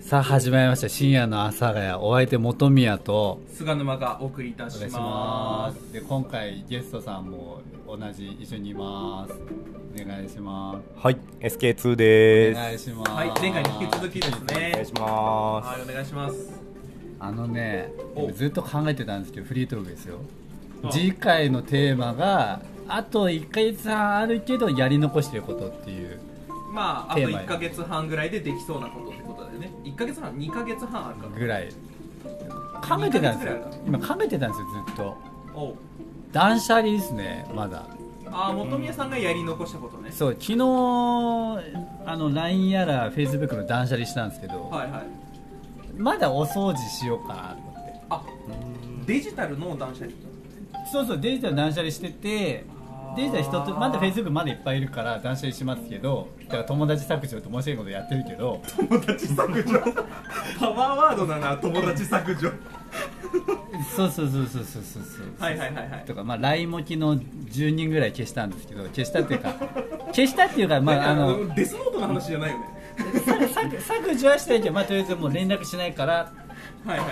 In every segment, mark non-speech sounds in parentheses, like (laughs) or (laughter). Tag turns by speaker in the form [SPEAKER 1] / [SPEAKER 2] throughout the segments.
[SPEAKER 1] さあ始まりました深夜の阿佐ヶ谷お相手元宮と
[SPEAKER 2] 菅沼がお送りいた
[SPEAKER 1] お
[SPEAKER 2] し
[SPEAKER 1] 願いし
[SPEAKER 2] ま
[SPEAKER 1] ますすで今回ゲストさんも同じ一緒にいますお願いします
[SPEAKER 3] はい、SK2
[SPEAKER 1] お
[SPEAKER 3] で
[SPEAKER 1] 願い
[SPEAKER 3] す。
[SPEAKER 1] します
[SPEAKER 2] はい前回に引き続きです
[SPEAKER 3] お願い
[SPEAKER 2] ね
[SPEAKER 3] しま
[SPEAKER 2] はいお願いします
[SPEAKER 1] あのね
[SPEAKER 2] お
[SPEAKER 1] ずっと考えてたんですけどフリートークですよ
[SPEAKER 2] あ
[SPEAKER 1] 次回のテーマがあと1ヶ月半あるけどやり残してることっていう
[SPEAKER 2] まああと
[SPEAKER 1] テーマ
[SPEAKER 2] 1ヶ月半ぐらいでできそうなことってことだよね1ヶ月半2ヶ月半あるか
[SPEAKER 1] ぐらい考えてたんですよ今考えてたんですよずっと
[SPEAKER 2] らおう
[SPEAKER 1] 断捨離ですねまだ
[SPEAKER 2] ああ元宮さんがやり残したことね
[SPEAKER 1] そう昨日あの LINE やら Facebook の断捨離したんですけど、
[SPEAKER 2] はいはい
[SPEAKER 1] まだお掃除しようかなと思って
[SPEAKER 2] あデジタルの断捨離
[SPEAKER 1] そうそうデジタル断捨離してて
[SPEAKER 2] あー
[SPEAKER 1] デジタル人とまだ Facebook まだいっぱいいるから断捨離しますけどだから友達削除って面白いことやってるけど
[SPEAKER 2] 友達削除パワーワードだな友達削除
[SPEAKER 1] (laughs) そうそうそうそうそうそうそう
[SPEAKER 2] はいはいはいはい
[SPEAKER 1] とか、まあ、LINE も昨日10人ぐらい消したんですけど消したっていう (laughs) か消したっていうかまああの
[SPEAKER 2] デスノートの話じゃないよね
[SPEAKER 1] 削削除はしたいけど、まあ、とりあえずもう連絡しないから
[SPEAKER 2] はいはい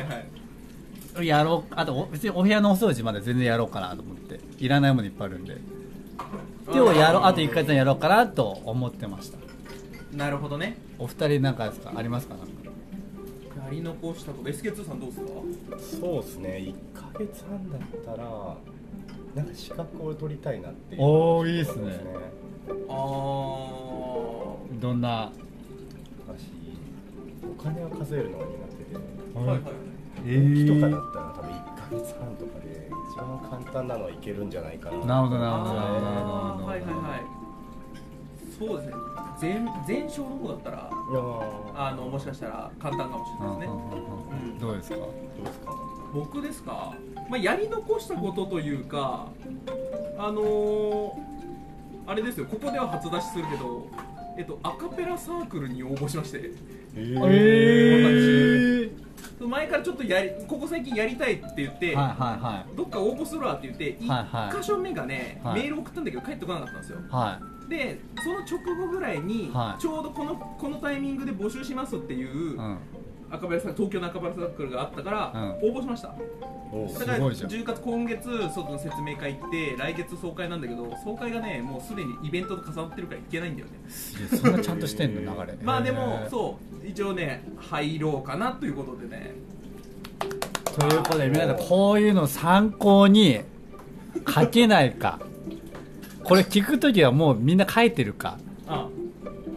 [SPEAKER 2] はい
[SPEAKER 1] やろうあとお別にお部屋のお掃除まで全然やろうかなと思っていらないものいっぱいあるんで今日やろうあと1回ずつやろうかなと思ってました
[SPEAKER 2] なるほどね
[SPEAKER 1] お二人なんかですかありますかなんか
[SPEAKER 2] やり残したこと SK2 さんどうですか
[SPEAKER 3] す。そうですね、一ヶ月半だったら、なんか資格を取りたいなっていう。
[SPEAKER 1] おーいいっすね
[SPEAKER 3] そう
[SPEAKER 2] あー
[SPEAKER 1] どんな
[SPEAKER 3] 私、お金を数えるのが苦
[SPEAKER 2] はいはいはい
[SPEAKER 1] え
[SPEAKER 3] 手で、
[SPEAKER 1] ー
[SPEAKER 3] 木とかだったら多分1ヶ月半とかで、一番簡単なのはいけるんじゃないかな。
[SPEAKER 1] なるほどなるほどなるほどなるほ
[SPEAKER 2] あー
[SPEAKER 1] ど
[SPEAKER 2] はいはいはいそうですね全全勝の方だったら
[SPEAKER 3] いやー
[SPEAKER 2] あのもしかしたら簡単かもしれないですね
[SPEAKER 1] うんうんうんどうですか
[SPEAKER 3] どうですか
[SPEAKER 2] 僕ですか、まあ、やり残したことというかあのーあれですよここでは初出しするけどえっとアカペラサークルに応募しまして
[SPEAKER 3] え
[SPEAKER 2] ー前からちょっとやりここ最近やりたいって言って、
[SPEAKER 1] はいはいは
[SPEAKER 2] どっか応募するわって言って
[SPEAKER 1] はいはい
[SPEAKER 2] 1箇所目がね、
[SPEAKER 1] はい
[SPEAKER 2] メール送ったんだけど返ってこなかったんですよ
[SPEAKER 1] いは
[SPEAKER 2] でその直後ぐらいに、
[SPEAKER 1] はい
[SPEAKER 2] ちょうどこのこのタイミングで募集しますっていう、
[SPEAKER 1] いうん
[SPEAKER 2] 赤羽さん東京の赤羽サークルがあったから、応募しました
[SPEAKER 3] お
[SPEAKER 2] だ
[SPEAKER 3] ー
[SPEAKER 2] から
[SPEAKER 1] すごいじゃん
[SPEAKER 2] 10月今月外の説明会行って来月総会なんだけど総会がねもうすでにイベントと重なってるから行けないんだよね
[SPEAKER 1] すげえそんなちゃんとしてんの流れ
[SPEAKER 2] まあでも
[SPEAKER 1] えー
[SPEAKER 2] そう一応ね入ろうかなということでね
[SPEAKER 1] ということで皆さんこういうのを参考に書けないかこれ聞くときはもうみんな書いてるか
[SPEAKER 2] あ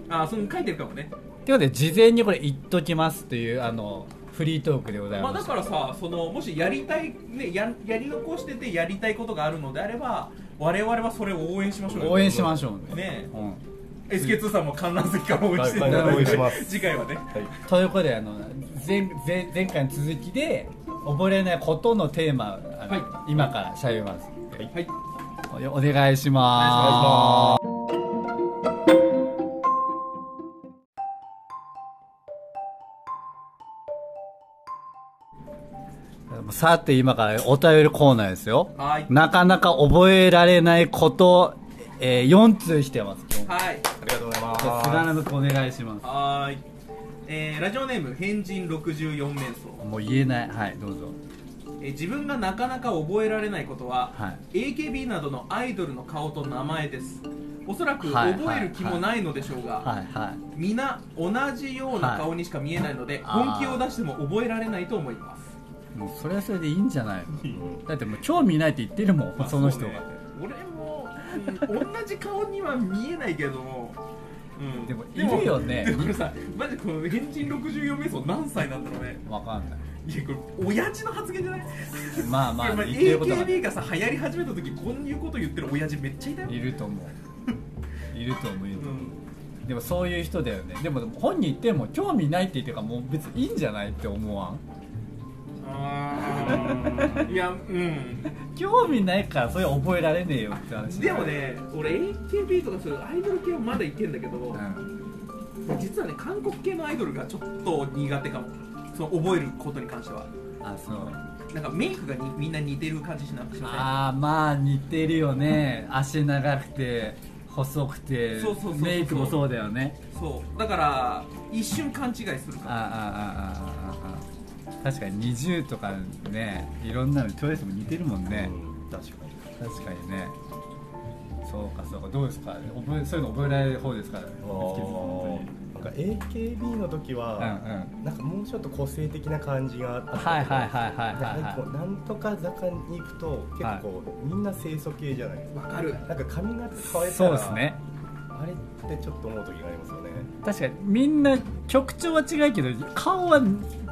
[SPEAKER 2] あああその書いてるかもね
[SPEAKER 1] ということで事前にこれ言っときますっていうあのフリートークでござい
[SPEAKER 2] まあ
[SPEAKER 1] ま
[SPEAKER 2] だ
[SPEAKER 1] す、
[SPEAKER 2] からさそのもしやりたいねややり残しててやりたいことがあるのであれば我々はそれを応援しましょうよ
[SPEAKER 1] 応援しましょうね
[SPEAKER 2] ね
[SPEAKER 1] うん、
[SPEAKER 2] SK2 さんも観覧席から応援していた
[SPEAKER 3] はい
[SPEAKER 2] だ
[SPEAKER 3] はい
[SPEAKER 2] い
[SPEAKER 3] 応援
[SPEAKER 2] て
[SPEAKER 3] します
[SPEAKER 2] 次回はね
[SPEAKER 3] はい
[SPEAKER 1] ということであの前前前回の続きで溺れないことのテーマ、あの
[SPEAKER 2] は
[SPEAKER 1] 今からしゃべります
[SPEAKER 2] はい
[SPEAKER 1] おお願いしま
[SPEAKER 3] お
[SPEAKER 1] すさて今からお便りコーナーですよ
[SPEAKER 2] はい
[SPEAKER 1] なかなか覚えられないこと、えー、4通来てます今日
[SPEAKER 2] はい
[SPEAKER 3] ありがとうござい
[SPEAKER 1] じゃあ菅
[SPEAKER 3] ま
[SPEAKER 1] 原君お願いします
[SPEAKER 2] はーい、えーラジオネーム変人64面相、
[SPEAKER 1] もう言えないはいどうぞ
[SPEAKER 2] えー自分がなかなか覚えられますことは、
[SPEAKER 1] は
[SPEAKER 2] AKB などのアイドルの顔と名前ですおそらく
[SPEAKER 1] はい
[SPEAKER 2] 覚える気もないのでしょうが、
[SPEAKER 1] はいはい
[SPEAKER 2] 皆同じような顔にしか見えないので、
[SPEAKER 1] はい
[SPEAKER 2] 本気を出しても覚えられないと思います
[SPEAKER 1] もうそれはそれでいいんじゃないの
[SPEAKER 3] す。うん
[SPEAKER 1] だってもう興味ないって言ってるもんその人が、
[SPEAKER 2] まあそうね俺も、うん同じ顔には見えないけども、うん
[SPEAKER 1] でもいるよね
[SPEAKER 2] でもでもさマジこの変人64名相何歳なんだろうね
[SPEAKER 1] わかんない
[SPEAKER 2] いやこれ親父の発言じゃない
[SPEAKER 1] まあまあ
[SPEAKER 2] いや
[SPEAKER 1] 言ってることは
[SPEAKER 2] AKB がさ流行り始めた時こういうこと言ってる親父めっちゃいたよ、
[SPEAKER 1] いると思
[SPEAKER 2] (laughs)
[SPEAKER 1] ういると思ういる
[SPEAKER 2] う
[SPEAKER 1] と思
[SPEAKER 2] ん、
[SPEAKER 1] うでもそういう人だよねでも本人言っても興味ないって言ってるからもう別にいいんじゃないって思わん
[SPEAKER 2] あいやうん
[SPEAKER 1] 興味ないからそれ覚えられねえよって話
[SPEAKER 2] でもね俺 AKB とかそういうアイドル系はまだいけんだけど、
[SPEAKER 1] うん
[SPEAKER 2] 実はね韓国系のアイドルがちょっと苦手かもその覚えることに関しては
[SPEAKER 1] あそう
[SPEAKER 2] なんかメイクがにみんな似てる感じしなくしません
[SPEAKER 1] ああまあ似てるよね足長くて細くて
[SPEAKER 2] そうそうそうそう
[SPEAKER 1] メイクもそうだよね
[SPEAKER 2] そうだから一瞬勘違いする
[SPEAKER 1] ああ
[SPEAKER 2] か
[SPEAKER 1] ああああああ確かに20とかねいろんなのチョイスも似てるもんね、
[SPEAKER 3] うん確かに
[SPEAKER 1] 確かにねそうかそうかどうですか覚えそういうの覚えられる方ですからね
[SPEAKER 3] お
[SPEAKER 1] 本
[SPEAKER 3] ーなんか AKB の
[SPEAKER 1] 当に
[SPEAKER 3] 時
[SPEAKER 1] うんう
[SPEAKER 3] は、
[SPEAKER 1] ん
[SPEAKER 3] なんかもうちょっと個性的な感じがあった
[SPEAKER 1] はいはいはいはいはい
[SPEAKER 3] なんかこ
[SPEAKER 1] は
[SPEAKER 3] うなんとか坂に行くと結構、みんな清楚系じゃないです
[SPEAKER 2] ら
[SPEAKER 3] か
[SPEAKER 2] わかる
[SPEAKER 3] なんか髪型変えたら
[SPEAKER 1] いそうですね
[SPEAKER 3] あれってちょっと思う時がありますよね
[SPEAKER 1] 確かにみんな曲調は違うけど顔は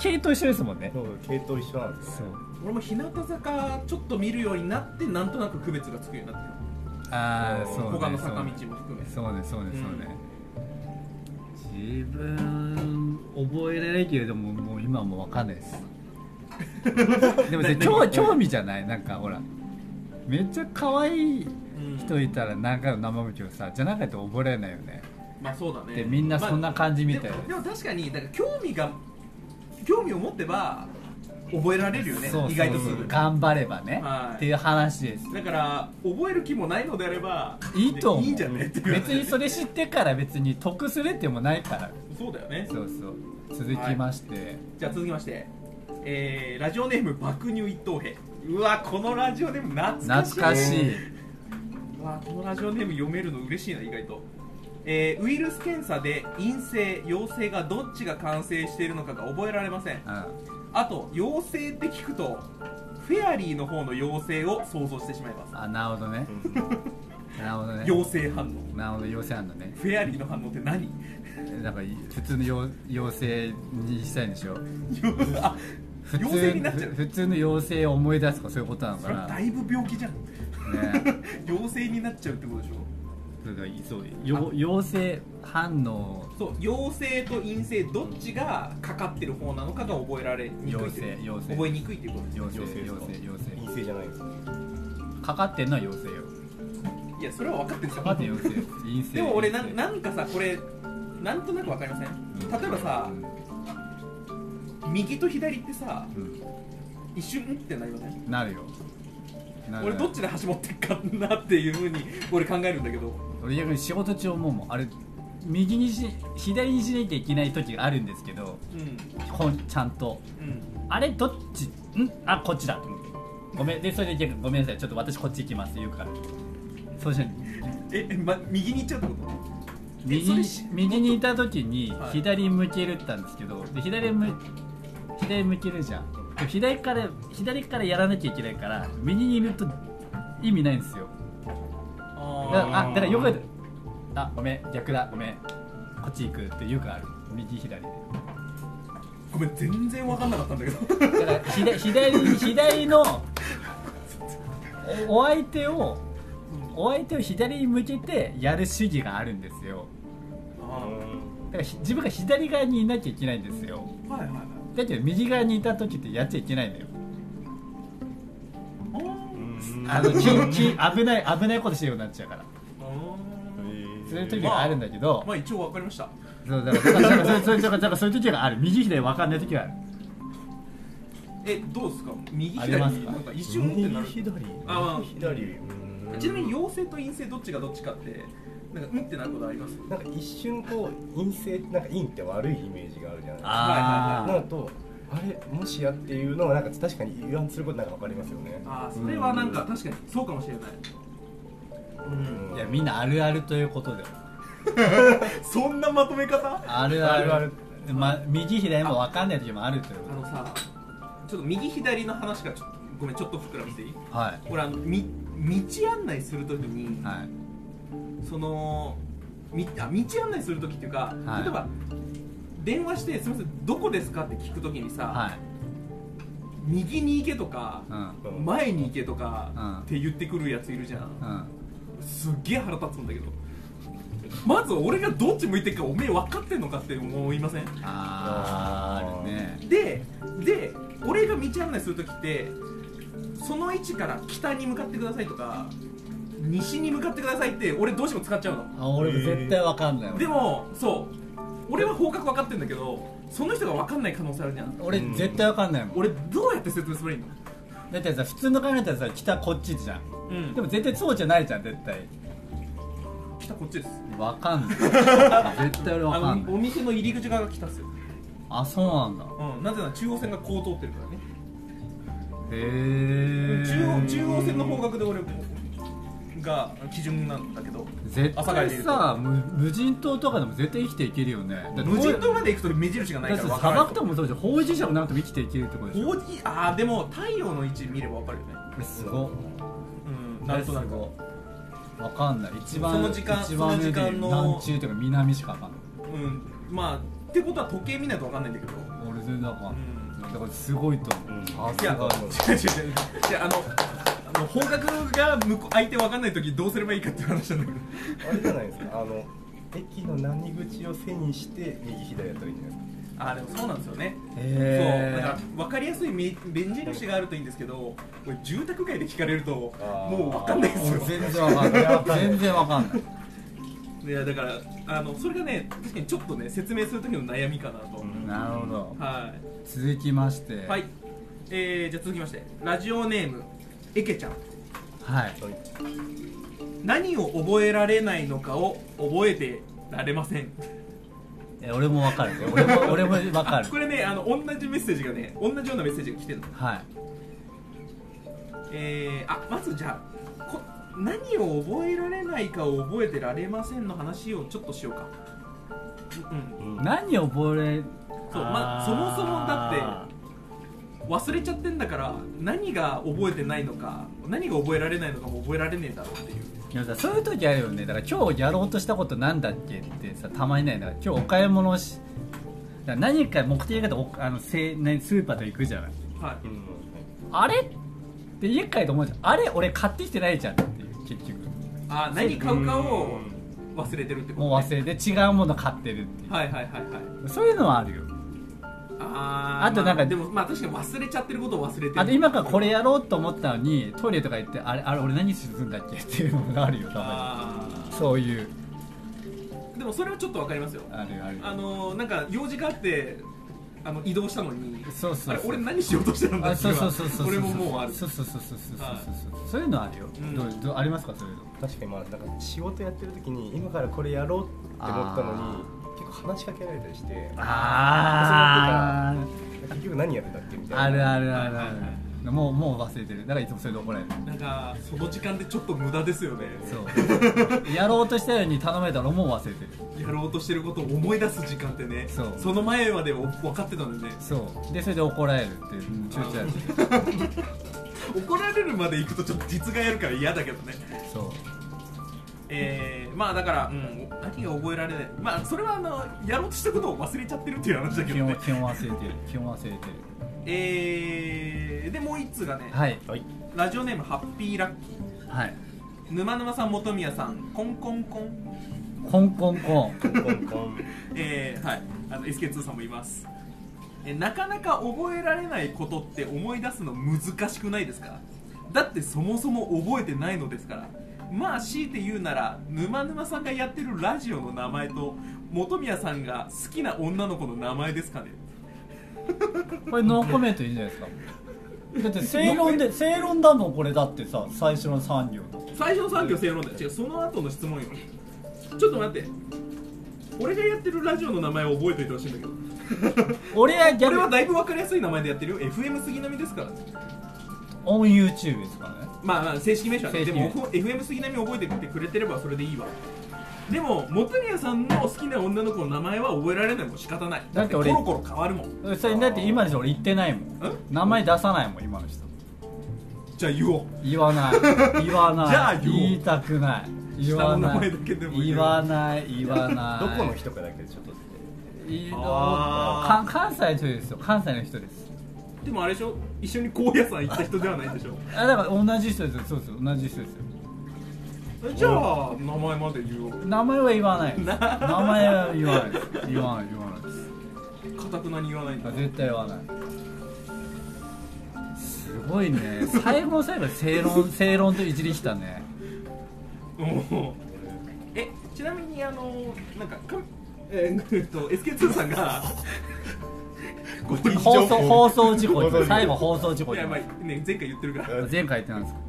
[SPEAKER 1] 系統一緒ですもんね
[SPEAKER 3] そう系統一緒なんです
[SPEAKER 1] そ
[SPEAKER 3] よね
[SPEAKER 1] う
[SPEAKER 2] 俺も日向坂ちょっと見るようになってなんとなく区別がつくようになって
[SPEAKER 1] ああそう
[SPEAKER 2] る
[SPEAKER 1] ね
[SPEAKER 2] 他の坂道も含め
[SPEAKER 1] そうねそうねそうね、
[SPEAKER 2] うん
[SPEAKER 1] 自分覚えられないけれどももう今はもう分かんないです (laughs) でもね興興味じゃないなんかほらめっちゃ可愛い
[SPEAKER 2] うん
[SPEAKER 1] 人いたら何回も生向きをさじゃなかったら覚えられないよね
[SPEAKER 2] まあそうだね
[SPEAKER 1] でみんなそんな感じみたい
[SPEAKER 2] で
[SPEAKER 1] な
[SPEAKER 2] もでも確かになんか興味が興味を持ってば覚えられるよね
[SPEAKER 1] そうそう
[SPEAKER 2] 意外とすぐだ
[SPEAKER 1] 頑張ればね、
[SPEAKER 2] はい
[SPEAKER 1] っていう話です
[SPEAKER 2] から覚える気もないのであれば
[SPEAKER 1] いいと思う
[SPEAKER 2] いいんじゃねっていう
[SPEAKER 1] 別にそれ知ってから別に得するってもないから
[SPEAKER 2] そうだよね
[SPEAKER 1] そうそう続きまして、
[SPEAKER 2] じゃあ続きましてえーラジオネーム爆乳一等兵うわこのラジオネーム懐かしい
[SPEAKER 1] 懐かしい、
[SPEAKER 2] うわこのラジオネーム読めるの嬉しいな意外と、えーウイルス検査で陰性陽性がどっちが完成しているのかが覚えられません
[SPEAKER 1] うん
[SPEAKER 2] あと陽性って聞くとフェアリーの方の妖精を想像してしまいます
[SPEAKER 1] あなるほどねなるほどね
[SPEAKER 2] 陽性反応
[SPEAKER 1] なるほど妖精なんだね
[SPEAKER 2] フェアリーの反応って何
[SPEAKER 1] なんかい普通の妖妖精にしたいんでしょ
[SPEAKER 2] (laughs) あ
[SPEAKER 1] 普通
[SPEAKER 2] 妖精になっちゃう
[SPEAKER 1] ふ普通の妖精を思い出すとかそういうことなの
[SPEAKER 2] そ
[SPEAKER 1] か
[SPEAKER 2] れ
[SPEAKER 1] な
[SPEAKER 2] はだいぶ病気じゃん
[SPEAKER 1] ね
[SPEAKER 2] 妖精になっちゃうってことでしょ
[SPEAKER 1] そうだそうよ妖精反応
[SPEAKER 2] そう陽性と陰性どっちがかかってる方なのかが覚えられにくいっていう
[SPEAKER 1] 陽性陽性
[SPEAKER 2] 覚えにくいっていうこと
[SPEAKER 1] 妖精
[SPEAKER 3] 妖精ですか
[SPEAKER 1] 妖精妖
[SPEAKER 3] 陰性じゃないですか
[SPEAKER 1] 精かかってんのは妖精よ
[SPEAKER 2] いやそれは分かってるんです
[SPEAKER 1] か
[SPEAKER 2] よ
[SPEAKER 1] かってんのは妖精よ (laughs) 陰性
[SPEAKER 2] でも俺な
[SPEAKER 1] 陰性
[SPEAKER 2] なんかさこれなんとなく分かりませ
[SPEAKER 1] うん
[SPEAKER 2] ん例えばさ右と左ってさ
[SPEAKER 1] うん
[SPEAKER 2] 一瞬んってなりません
[SPEAKER 1] なるよなる
[SPEAKER 2] 俺どっちで箸持ってっかなっていうふうに俺考えるんだけど
[SPEAKER 1] 俺逆に仕事中思うもんあれ右にし左にしなきゃいけない時があるんですけど
[SPEAKER 2] うん
[SPEAKER 1] 本ちゃんと
[SPEAKER 2] うん
[SPEAKER 1] あれどっちんあこっちだと思ってごめんでそれで逆にごめんなさいちょっと私こっち行きますって言うからそうしたら
[SPEAKER 2] え、えま、右に行っちゃうってこと
[SPEAKER 1] 右
[SPEAKER 2] それ
[SPEAKER 1] に
[SPEAKER 2] し
[SPEAKER 1] 右にいた時に
[SPEAKER 2] はい
[SPEAKER 1] 左向けるって言ったんですけどで左向左向けるじゃんで左から左からやらなきゃいけないから右にいると意味ないんですよだからあだからよくやるあごめん逆だごめんこっち行くって言うからある右左で
[SPEAKER 2] ごめん全然分かんなかったんだ
[SPEAKER 1] (laughs)
[SPEAKER 2] けど
[SPEAKER 1] だから左左左のおお相手をお相手を左に向けてやる主義があるんですよ
[SPEAKER 2] あ
[SPEAKER 1] だからひ自分が左側にいなきゃいけないんですよ
[SPEAKER 2] ーはいはいはい
[SPEAKER 1] だけど右側にいた時ってやっちゃいけないのよ
[SPEAKER 2] あ
[SPEAKER 3] うん
[SPEAKER 1] あ
[SPEAKER 3] (laughs)
[SPEAKER 1] のきき危ない危ないことしてるようになっちゃうから
[SPEAKER 2] ーあー
[SPEAKER 1] そういう時があるんだけど、
[SPEAKER 2] まあ一応分かりました
[SPEAKER 1] そうだからだからだからそういうだからだからそういう時がある右左分かんない時がある
[SPEAKER 2] えどうですか右
[SPEAKER 1] あります
[SPEAKER 2] 左
[SPEAKER 1] か
[SPEAKER 2] なんか一瞬って
[SPEAKER 3] 右
[SPEAKER 2] なる
[SPEAKER 3] 左
[SPEAKER 2] あまあ
[SPEAKER 3] 右左うん
[SPEAKER 2] ちなみに陽性と陰性どっちがどっちかってなんかうんってなることあります
[SPEAKER 3] なんか一瞬こう陰性なんか陰って悪いイメージがあるじゃないですか
[SPEAKER 1] あ
[SPEAKER 3] なるとあれもしやっていうのはなんか確かに言わんすることなんかわかりますよね
[SPEAKER 2] ああそれはなんか確かにそうかもしれない
[SPEAKER 1] あいやみんなあるあるということで
[SPEAKER 2] そんなまとめ方
[SPEAKER 1] あるある
[SPEAKER 3] ある
[SPEAKER 1] ま、右左も分かんない時もあるというこ
[SPEAKER 2] あのさちょっと右左の話がちょっとごめんちょっと膨らみていい
[SPEAKER 1] とはい
[SPEAKER 2] 俺あのみ道案内するときに、
[SPEAKER 1] はい
[SPEAKER 2] そのみあ道案内するときっていうか、
[SPEAKER 1] はい
[SPEAKER 2] 例えば電話して「すみませんどこですか?」って聞くときにさ、
[SPEAKER 1] はい
[SPEAKER 2] 右に行け」とか
[SPEAKER 1] う、ん
[SPEAKER 3] うん
[SPEAKER 2] 前に行け」とか、
[SPEAKER 1] うん
[SPEAKER 2] って言ってくるやついるじゃん
[SPEAKER 1] うん
[SPEAKER 2] すっげえ腹立つんだけどまず俺がどっち向いてるかおめえ分かってんのかって思いません
[SPEAKER 1] あーあるね
[SPEAKER 2] でで俺が道案内する時ってその位置から北に向かってくださいとか西に向かってくださいって俺どうしても使っちゃうの
[SPEAKER 1] あ俺も絶対分かんない、
[SPEAKER 2] でもそう俺は方角分かってんだけどその人が分かんない可能性あるじゃん
[SPEAKER 1] 俺
[SPEAKER 3] うん
[SPEAKER 1] 絶対分かんないもん
[SPEAKER 2] 俺どうやって説明すればいいの
[SPEAKER 1] だってさ普通の考えたらさ北こっちじゃん
[SPEAKER 2] うん
[SPEAKER 1] でも絶対そうじゃないじゃん絶対
[SPEAKER 2] 北こっちです
[SPEAKER 1] わか
[SPEAKER 2] (laughs)
[SPEAKER 1] んない絶対俺わか
[SPEAKER 2] あ
[SPEAKER 1] ん
[SPEAKER 2] の
[SPEAKER 1] な
[SPEAKER 2] お
[SPEAKER 1] い
[SPEAKER 2] 店の入り口側が北ですよ、
[SPEAKER 1] あそうなんだ
[SPEAKER 2] うん、なぜなら中央線がこう通ってるからね
[SPEAKER 1] へえ
[SPEAKER 2] 中央中央線の方角で俺が基準なんだけど
[SPEAKER 1] 絶
[SPEAKER 2] 朝帰り
[SPEAKER 1] 対
[SPEAKER 2] で言う
[SPEAKER 1] さ
[SPEAKER 2] と
[SPEAKER 1] 無無人島とかでも絶対生きていけるよねだって
[SPEAKER 2] 無人島まで行くと目印がな
[SPEAKER 1] だ
[SPEAKER 2] い
[SPEAKER 1] っ
[SPEAKER 2] か
[SPEAKER 1] て
[SPEAKER 2] ら
[SPEAKER 1] 砂
[SPEAKER 2] 分から
[SPEAKER 1] 漠とかもそうでしょ法事者もなくても生きていけるってことでしょ
[SPEAKER 2] ほうじあーでも太陽の位置見れば分かるよね
[SPEAKER 1] えすごっ
[SPEAKER 2] うんなんとなく
[SPEAKER 1] わかんない一番
[SPEAKER 2] その時間
[SPEAKER 1] 一番上
[SPEAKER 2] その時間の
[SPEAKER 1] 南中とか南しかわかんない
[SPEAKER 2] うんまあってことは時計見ないと分かんないんだけど
[SPEAKER 1] 俺全然わかんない、
[SPEAKER 2] う
[SPEAKER 1] だからすごいと思う、
[SPEAKER 3] うん
[SPEAKER 1] さ
[SPEAKER 2] い
[SPEAKER 1] す
[SPEAKER 2] や
[SPEAKER 1] がだ
[SPEAKER 2] 違う違う違ういやあのあの方角が向こう相手分かんない時どうすればいいかっていう話なんだけど
[SPEAKER 3] あれじゃないですかあの駅の何口を背にして右左やったらいいんじゃないで
[SPEAKER 2] あーでもそうなんですよねそうだか
[SPEAKER 1] へ
[SPEAKER 2] ら分かりやすい目目印があるといいんですけどこれ住宅街で聞かれるとも
[SPEAKER 3] あー
[SPEAKER 2] う分かんないです
[SPEAKER 1] え
[SPEAKER 2] よ
[SPEAKER 1] 全然わかんない全然わかんない
[SPEAKER 2] (laughs) いやだからあのそれがね確かにちょっとね説明する時の悩みかなと、
[SPEAKER 3] うん
[SPEAKER 1] なるほど
[SPEAKER 2] は
[SPEAKER 1] 続きまして
[SPEAKER 2] い、はいえー、じゃあ続きましてラジオネームえけちゃん
[SPEAKER 1] はい
[SPEAKER 3] すかはい
[SPEAKER 2] 何を覚えられないのかを覚えてられません
[SPEAKER 1] え俺もわ
[SPEAKER 2] (laughs)
[SPEAKER 1] かる俺も俺もわか
[SPEAKER 2] あ
[SPEAKER 1] る
[SPEAKER 2] これねあの同じメッセージがね同じようなメッセージが来てるの
[SPEAKER 1] はい
[SPEAKER 2] えー、あまずじゃあこ何を覚えられないかを覚えてられませんの話をちょっとしようかうんうん
[SPEAKER 1] 何を覚えれ
[SPEAKER 2] そうまあそもそもだ
[SPEAKER 1] って
[SPEAKER 2] 忘れちゃってんだから何が覚えてないのか何が覚えられないのかも覚えられねえだろうっていう
[SPEAKER 1] でもさそういう時あるよねだから今日やろうとしたことなんだっけってさたまにないだから今日お買い物をしだから何か目的があっておあのせ何スーパーとか行くじゃない
[SPEAKER 2] はい
[SPEAKER 3] うん
[SPEAKER 1] あれって家帰って思うじゃんあれ俺買ってきてないじゃんっていう結局
[SPEAKER 2] あ何買うかを忘れてるってこと、ね、
[SPEAKER 1] もう忘れて違うもの買ってるっていう、
[SPEAKER 2] はいはいはいはい
[SPEAKER 1] そういうのはあるよ
[SPEAKER 2] あー
[SPEAKER 1] あとなんか
[SPEAKER 2] までもまあ確かに忘れちゃってることを忘れてる
[SPEAKER 1] あと今からこれやろうと思ったのにトイレとか行ってあれあれ俺何するんだっけっていうのがあるよたま
[SPEAKER 2] あ
[SPEAKER 1] にそういう
[SPEAKER 2] ーでもそれはちょっとわかりますよ
[SPEAKER 1] あるよあるよ
[SPEAKER 2] あのーなんか用事があってあの移動したのに
[SPEAKER 1] そうそうそう
[SPEAKER 2] あれ俺何しようとしてたんだ
[SPEAKER 1] あ
[SPEAKER 2] っけ
[SPEAKER 1] そうそうそうそう
[SPEAKER 2] 俺ももうある
[SPEAKER 1] そうそうそうそうそうそう
[SPEAKER 2] はい
[SPEAKER 1] そうそういうのあるよ、
[SPEAKER 2] うん
[SPEAKER 1] どうどうありますかそういうの
[SPEAKER 3] 確かにまあなんか仕事やってる時に今からこれやろうって思ったのに結構話しかけられたりして
[SPEAKER 1] あ
[SPEAKER 3] 結局何やってたっけみたいな
[SPEAKER 1] あるあるある
[SPEAKER 2] は
[SPEAKER 1] あ
[SPEAKER 2] いはいは
[SPEAKER 1] るもうもう忘れてるだからいつもそれで怒られる
[SPEAKER 2] なんかその時間でちょっと無駄ですよね
[SPEAKER 1] そう
[SPEAKER 2] (laughs)
[SPEAKER 1] やろうとしたように頼まれたらもう忘れてる
[SPEAKER 2] やろうとしてることを思い出す時間ってね
[SPEAKER 1] そう
[SPEAKER 2] の前までお分かってたのでね
[SPEAKER 1] そうでそれで怒られるっていう躊躇やる
[SPEAKER 2] 怒られるまで行くとちょっと実害あるから嫌だけどね
[SPEAKER 1] そう
[SPEAKER 2] えー、まあだから、うん、何が覚えられないまあそれはあのやろうとしたことを忘れちゃってるっていう話だけ
[SPEAKER 1] 基
[SPEAKER 2] ど
[SPEAKER 1] 本
[SPEAKER 2] ね
[SPEAKER 1] 基本忘れてる基本忘れてる
[SPEAKER 2] えー、でもう一通がね、
[SPEAKER 1] はい
[SPEAKER 3] はい
[SPEAKER 2] ラジオネームハッピーラッキ
[SPEAKER 1] はい
[SPEAKER 2] ー沼沼さん本宮さんコンコンコン
[SPEAKER 1] コンコンコン
[SPEAKER 3] コンコン
[SPEAKER 2] えー、はいあの SK2 さんもいますえなかなか覚えられないことって思い出すの難しくないですかだってそもそも覚えてないのですからまあ強いて言うなら沼沼さんがやってるラジオの名前と本宮さんが好きな女の子の名前ですかね
[SPEAKER 1] これノーコメントいいんじゃないですかだって正論で正論だもんこれだってさ最初の3行だ
[SPEAKER 2] 最初の3行正論だよ違うその後の質問よちょっと待って俺がやってるラジオの名前を覚えておいてほしいんだけど
[SPEAKER 1] 俺は逆
[SPEAKER 2] 俺は
[SPEAKER 1] に
[SPEAKER 2] だいぶ分かりやすい名前でやってるよ FM 杉並ですからね
[SPEAKER 1] オン YouTube ですからね
[SPEAKER 2] まあまあ正式名称はね
[SPEAKER 1] 正
[SPEAKER 2] で
[SPEAKER 1] 式名
[SPEAKER 2] も FM 杉並覚えてってくれてればそれでいいわでも本宮さんの好きな女の子の名前は覚えられないもん仕方ない
[SPEAKER 1] だ
[SPEAKER 2] だ
[SPEAKER 1] っ
[SPEAKER 2] ってて
[SPEAKER 1] 俺
[SPEAKER 2] コロコロ変わるもん
[SPEAKER 1] それだって今の人俺言ってないもん
[SPEAKER 2] ん
[SPEAKER 1] 名前出さないもん今の人
[SPEAKER 2] じゃあ言おう
[SPEAKER 1] 言わない言わない
[SPEAKER 2] じゃあ言おう
[SPEAKER 1] 言いたくない言わな
[SPEAKER 2] 下の名前
[SPEAKER 1] い
[SPEAKER 2] だけでも言う
[SPEAKER 1] 言わない言わない
[SPEAKER 3] どこの人かだけちょっと
[SPEAKER 1] いいの
[SPEAKER 2] あ
[SPEAKER 1] か関西の人ですよ関西の人です
[SPEAKER 2] でもあれでしょ一緒に高野山行った人ではないんで (laughs) しょ
[SPEAKER 1] あだから同じ人ですよそうですよ同じ人ですよ
[SPEAKER 2] じゃあ名前まで言おう
[SPEAKER 1] 名前は言わないです (laughs) 名前は言わないです言わない言わないです
[SPEAKER 2] かたくなに言わないんだ
[SPEAKER 1] 絶対言わないすごいね最後の最後で正
[SPEAKER 2] (laughs)
[SPEAKER 1] 論正論といじりきたね
[SPEAKER 2] うんえちなみにあのなんかかえー、っと SK2 さん (laughs) がご臨場
[SPEAKER 1] 放送放送事故
[SPEAKER 3] 放送事故
[SPEAKER 1] 最後放送事故
[SPEAKER 2] いやまあね前回言ってるから
[SPEAKER 1] 前回言ってなんですか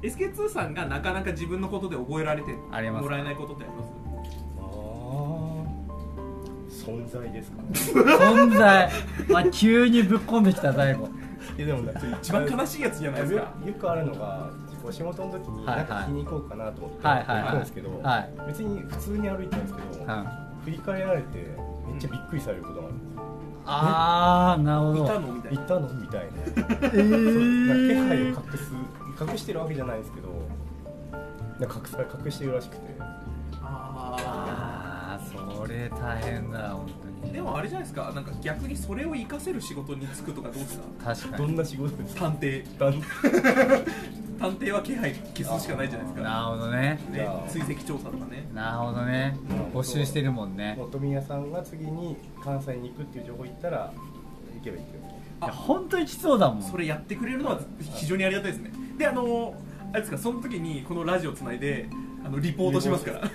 [SPEAKER 2] SK2 さんがなかなか自分のことで覚えられて
[SPEAKER 1] あります
[SPEAKER 2] もらえないことってあります
[SPEAKER 3] あー存在で
[SPEAKER 1] (laughs)
[SPEAKER 3] すか
[SPEAKER 1] 存在まあ急にぶっ込んできた大悟
[SPEAKER 3] いやでも
[SPEAKER 1] (laughs)
[SPEAKER 3] だって
[SPEAKER 2] 一番悲しいやつじゃないです
[SPEAKER 3] よ
[SPEAKER 2] か
[SPEAKER 3] よくあるのがこう仕事の時に
[SPEAKER 1] はいは
[SPEAKER 3] なん
[SPEAKER 1] い
[SPEAKER 3] か聞きに行こうかなと思って
[SPEAKER 1] はいはい
[SPEAKER 3] 行
[SPEAKER 1] は
[SPEAKER 3] く
[SPEAKER 1] い
[SPEAKER 3] んですけど、
[SPEAKER 1] はい
[SPEAKER 3] 別に普通に歩いてたんですけど、
[SPEAKER 1] うん
[SPEAKER 3] 振り返られてめっちゃびっくりされることがあるんですよ、
[SPEAKER 1] ああなるほ
[SPEAKER 2] い
[SPEAKER 1] ど
[SPEAKER 2] たのみたい
[SPEAKER 3] 行
[SPEAKER 2] な
[SPEAKER 3] ったのみ
[SPEAKER 1] (laughs)
[SPEAKER 3] たいな
[SPEAKER 1] え
[SPEAKER 3] なんか気配を
[SPEAKER 1] ー
[SPEAKER 3] 隠す隠してるわけじゃないんですけどなんか隠さ隠してるらしくて
[SPEAKER 2] あ
[SPEAKER 1] あーそれ大変だ本当
[SPEAKER 2] ー
[SPEAKER 1] に
[SPEAKER 2] でもあれじゃないですかなんか逆にそれを活かせる仕事に就くとかどうですか
[SPEAKER 1] 確か
[SPEAKER 3] ど
[SPEAKER 1] に
[SPEAKER 3] んな仕事ですか
[SPEAKER 2] 探偵
[SPEAKER 3] 探
[SPEAKER 2] 探偵は気配消すしかないじゃないですか
[SPEAKER 1] なるほどね
[SPEAKER 2] ね追跡調査とかね
[SPEAKER 1] なるほどね募集してるもんね
[SPEAKER 3] 本宮さんが次に関西に行くっていう情報言ったら行けばいいって
[SPEAKER 1] いや本当にきそうだもん
[SPEAKER 2] それやってくれるのは非常にありがたいですねであのあれですかその時にこのラジオつないであのリポートしますから (laughs)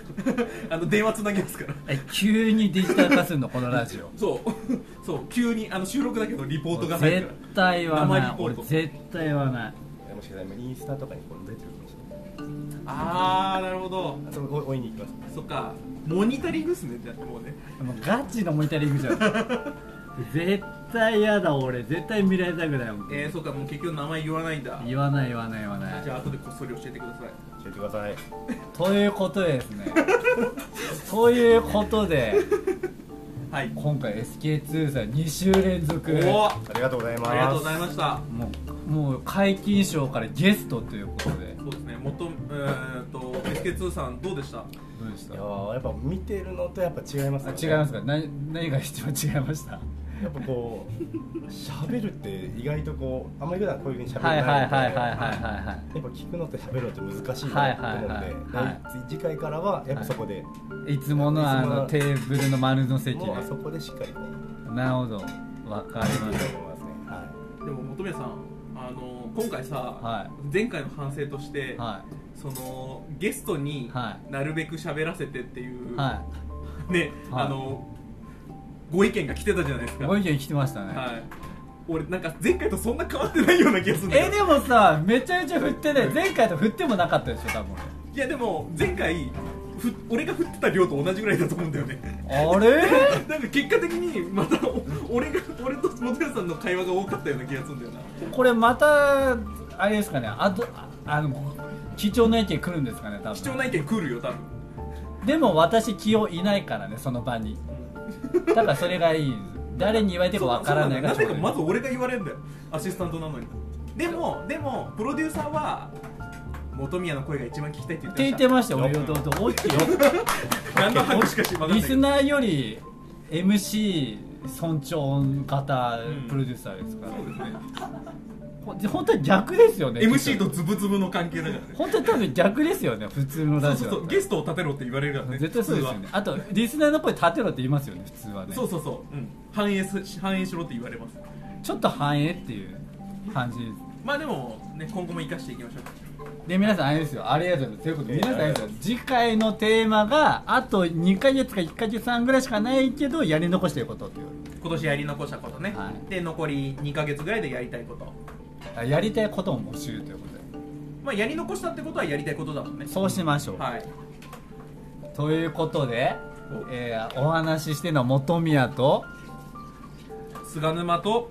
[SPEAKER 2] あの電話つなぎますから
[SPEAKER 1] え急にデジタル化するのこのラジオ
[SPEAKER 2] そうそう (laughs) 急にあの収録だけどリポートが入る
[SPEAKER 1] 絶
[SPEAKER 2] から
[SPEAKER 1] 対はない
[SPEAKER 2] 生リ
[SPEAKER 1] 俺
[SPEAKER 2] ポート
[SPEAKER 1] 絶対はない
[SPEAKER 3] もしかしたら今インスタとかにこう出てるかもしれない
[SPEAKER 2] ああなるほど
[SPEAKER 3] あそこ追いに行きます
[SPEAKER 2] そっかモニタリングっすねってやってもうね
[SPEAKER 1] もうガチのモニタリングじゃん (laughs) 絶対やだ俺絶対見られたくないもん
[SPEAKER 2] えー、そっかもう結局名前言わないんだ
[SPEAKER 1] 言わない言わない言わな
[SPEAKER 2] じ
[SPEAKER 1] い
[SPEAKER 2] ゃあ後でこっそり教えてください
[SPEAKER 3] 教えてください
[SPEAKER 1] ということでですね (laughs) ということで
[SPEAKER 2] はい
[SPEAKER 1] 今回 SK2 さん2週連続
[SPEAKER 2] おおあ
[SPEAKER 3] ありがとうございます
[SPEAKER 2] りがとうございました
[SPEAKER 1] もうもう解禁賞からゲストということで
[SPEAKER 2] そうですね元えー、っと SK2 さんどうでした
[SPEAKER 1] どうでし
[SPEAKER 3] い
[SPEAKER 1] た
[SPEAKER 3] やーやっぱ見てるのとやっぱ違いますね
[SPEAKER 1] あ違いますか何何が一番違いました
[SPEAKER 3] やっぱこう喋るって意外とこうあんまり普段こういうふうに喋
[SPEAKER 1] はい
[SPEAKER 3] ら
[SPEAKER 1] はい
[SPEAKER 3] ないので、
[SPEAKER 1] はいはいはいはいはい
[SPEAKER 3] やっぱ聞くのと喋るのって難しいなと思うので、
[SPEAKER 1] はいはいはいはい
[SPEAKER 3] 来次回からはやっぱそこで、
[SPEAKER 1] いつものあのテーブルの丸の席で
[SPEAKER 3] もうあそこでしっかりね
[SPEAKER 1] なるほどわかり
[SPEAKER 3] い
[SPEAKER 1] ま
[SPEAKER 3] いと
[SPEAKER 1] し
[SPEAKER 3] 思いますねは
[SPEAKER 2] でも本宮さんあの今回さ、
[SPEAKER 1] は
[SPEAKER 2] 前回の反省として、
[SPEAKER 1] たは
[SPEAKER 2] そのゲストに
[SPEAKER 1] は
[SPEAKER 2] なるべく喋らせてってい、
[SPEAKER 1] いうは
[SPEAKER 2] ね、
[SPEAKER 1] はい
[SPEAKER 2] あのご意見が来てたじゃないです
[SPEAKER 1] い
[SPEAKER 2] か、
[SPEAKER 1] ご
[SPEAKER 2] はい、
[SPEAKER 1] 意見聞きましたね、
[SPEAKER 2] 俺なんか前回とそんな変わってないような気がするんだけ
[SPEAKER 1] え
[SPEAKER 2] ど
[SPEAKER 1] でもさめちゃめちゃ振ってね前回と振ってもなかったでしょ多分
[SPEAKER 2] いやでも前回ふ俺が振ってた量と同じぐらいだと思うんだよね (laughs)
[SPEAKER 1] あれ
[SPEAKER 2] なんか結果的にまたお俺が俺と本宮さんの会話が多かったような気がするんだよな
[SPEAKER 1] これまたあれですかねあとああの貴重な意見来るんですかね多
[SPEAKER 2] 貴重
[SPEAKER 1] 分
[SPEAKER 2] な意見来るよ多分
[SPEAKER 1] でも私気をいないからねその場にだからそれがいい誰に言われてるかわからないが
[SPEAKER 2] そう
[SPEAKER 1] ちょ
[SPEAKER 2] ん
[SPEAKER 1] うどい
[SPEAKER 2] だよないぜかまず俺が言われるんだよアシスタントなのにでもでもプロデューサーは本宮の声が一番聞きたいって言っ
[SPEAKER 1] ってて言
[SPEAKER 2] ま
[SPEAKER 1] っ
[SPEAKER 2] してた
[SPEAKER 1] ましたよ俺の弟大きいよ
[SPEAKER 2] 何の話かし分かんない
[SPEAKER 1] リ
[SPEAKER 2] け
[SPEAKER 1] ス
[SPEAKER 2] ど
[SPEAKER 1] ナーより MC 尊重型プロデューサーですから、
[SPEAKER 2] そうですね
[SPEAKER 1] ほん本当に逆ですよね
[SPEAKER 2] (laughs) MC とズブズブの関係だからね
[SPEAKER 1] 本当に多分逆ですよね普通の
[SPEAKER 2] そう
[SPEAKER 1] ラジ
[SPEAKER 2] そ
[SPEAKER 1] オだった
[SPEAKER 2] うそ
[SPEAKER 1] ら
[SPEAKER 2] うゲストを立てろって言われるからね
[SPEAKER 1] 絶対そうですよねあとリスナーの声立てろって言いますよね普通は
[SPEAKER 2] 普
[SPEAKER 1] ね
[SPEAKER 2] 通はそうそうそう、うん、反映す反映しろって言われます
[SPEAKER 1] ちょっと反映っていう感じ
[SPEAKER 2] まあでもね今後も生かしていきましょう
[SPEAKER 1] で皆さんあれですよありがとうございますということで
[SPEAKER 3] ええ
[SPEAKER 1] 皆さんあれです
[SPEAKER 3] あ
[SPEAKER 1] よ次回のテーマがあと2ヶ月か1ヶ月半ぐらいしかないけどやり残してることっていう
[SPEAKER 2] 今年やり残したことね、
[SPEAKER 1] はい
[SPEAKER 2] で残り2ヶ月ぐらいでやりたいこと
[SPEAKER 1] あやりたいことを募集ということで
[SPEAKER 2] まあやり残したってことはやりたいことだもんね
[SPEAKER 1] そうしましょう、
[SPEAKER 2] はい
[SPEAKER 1] ということで
[SPEAKER 2] お、
[SPEAKER 1] えーお話ししてるのは本宮と
[SPEAKER 2] 菅沼と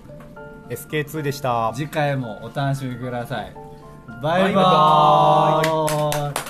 [SPEAKER 3] い SK2 でした
[SPEAKER 1] 次回もお楽しみくださいバイバ
[SPEAKER 2] バ
[SPEAKER 1] ーイ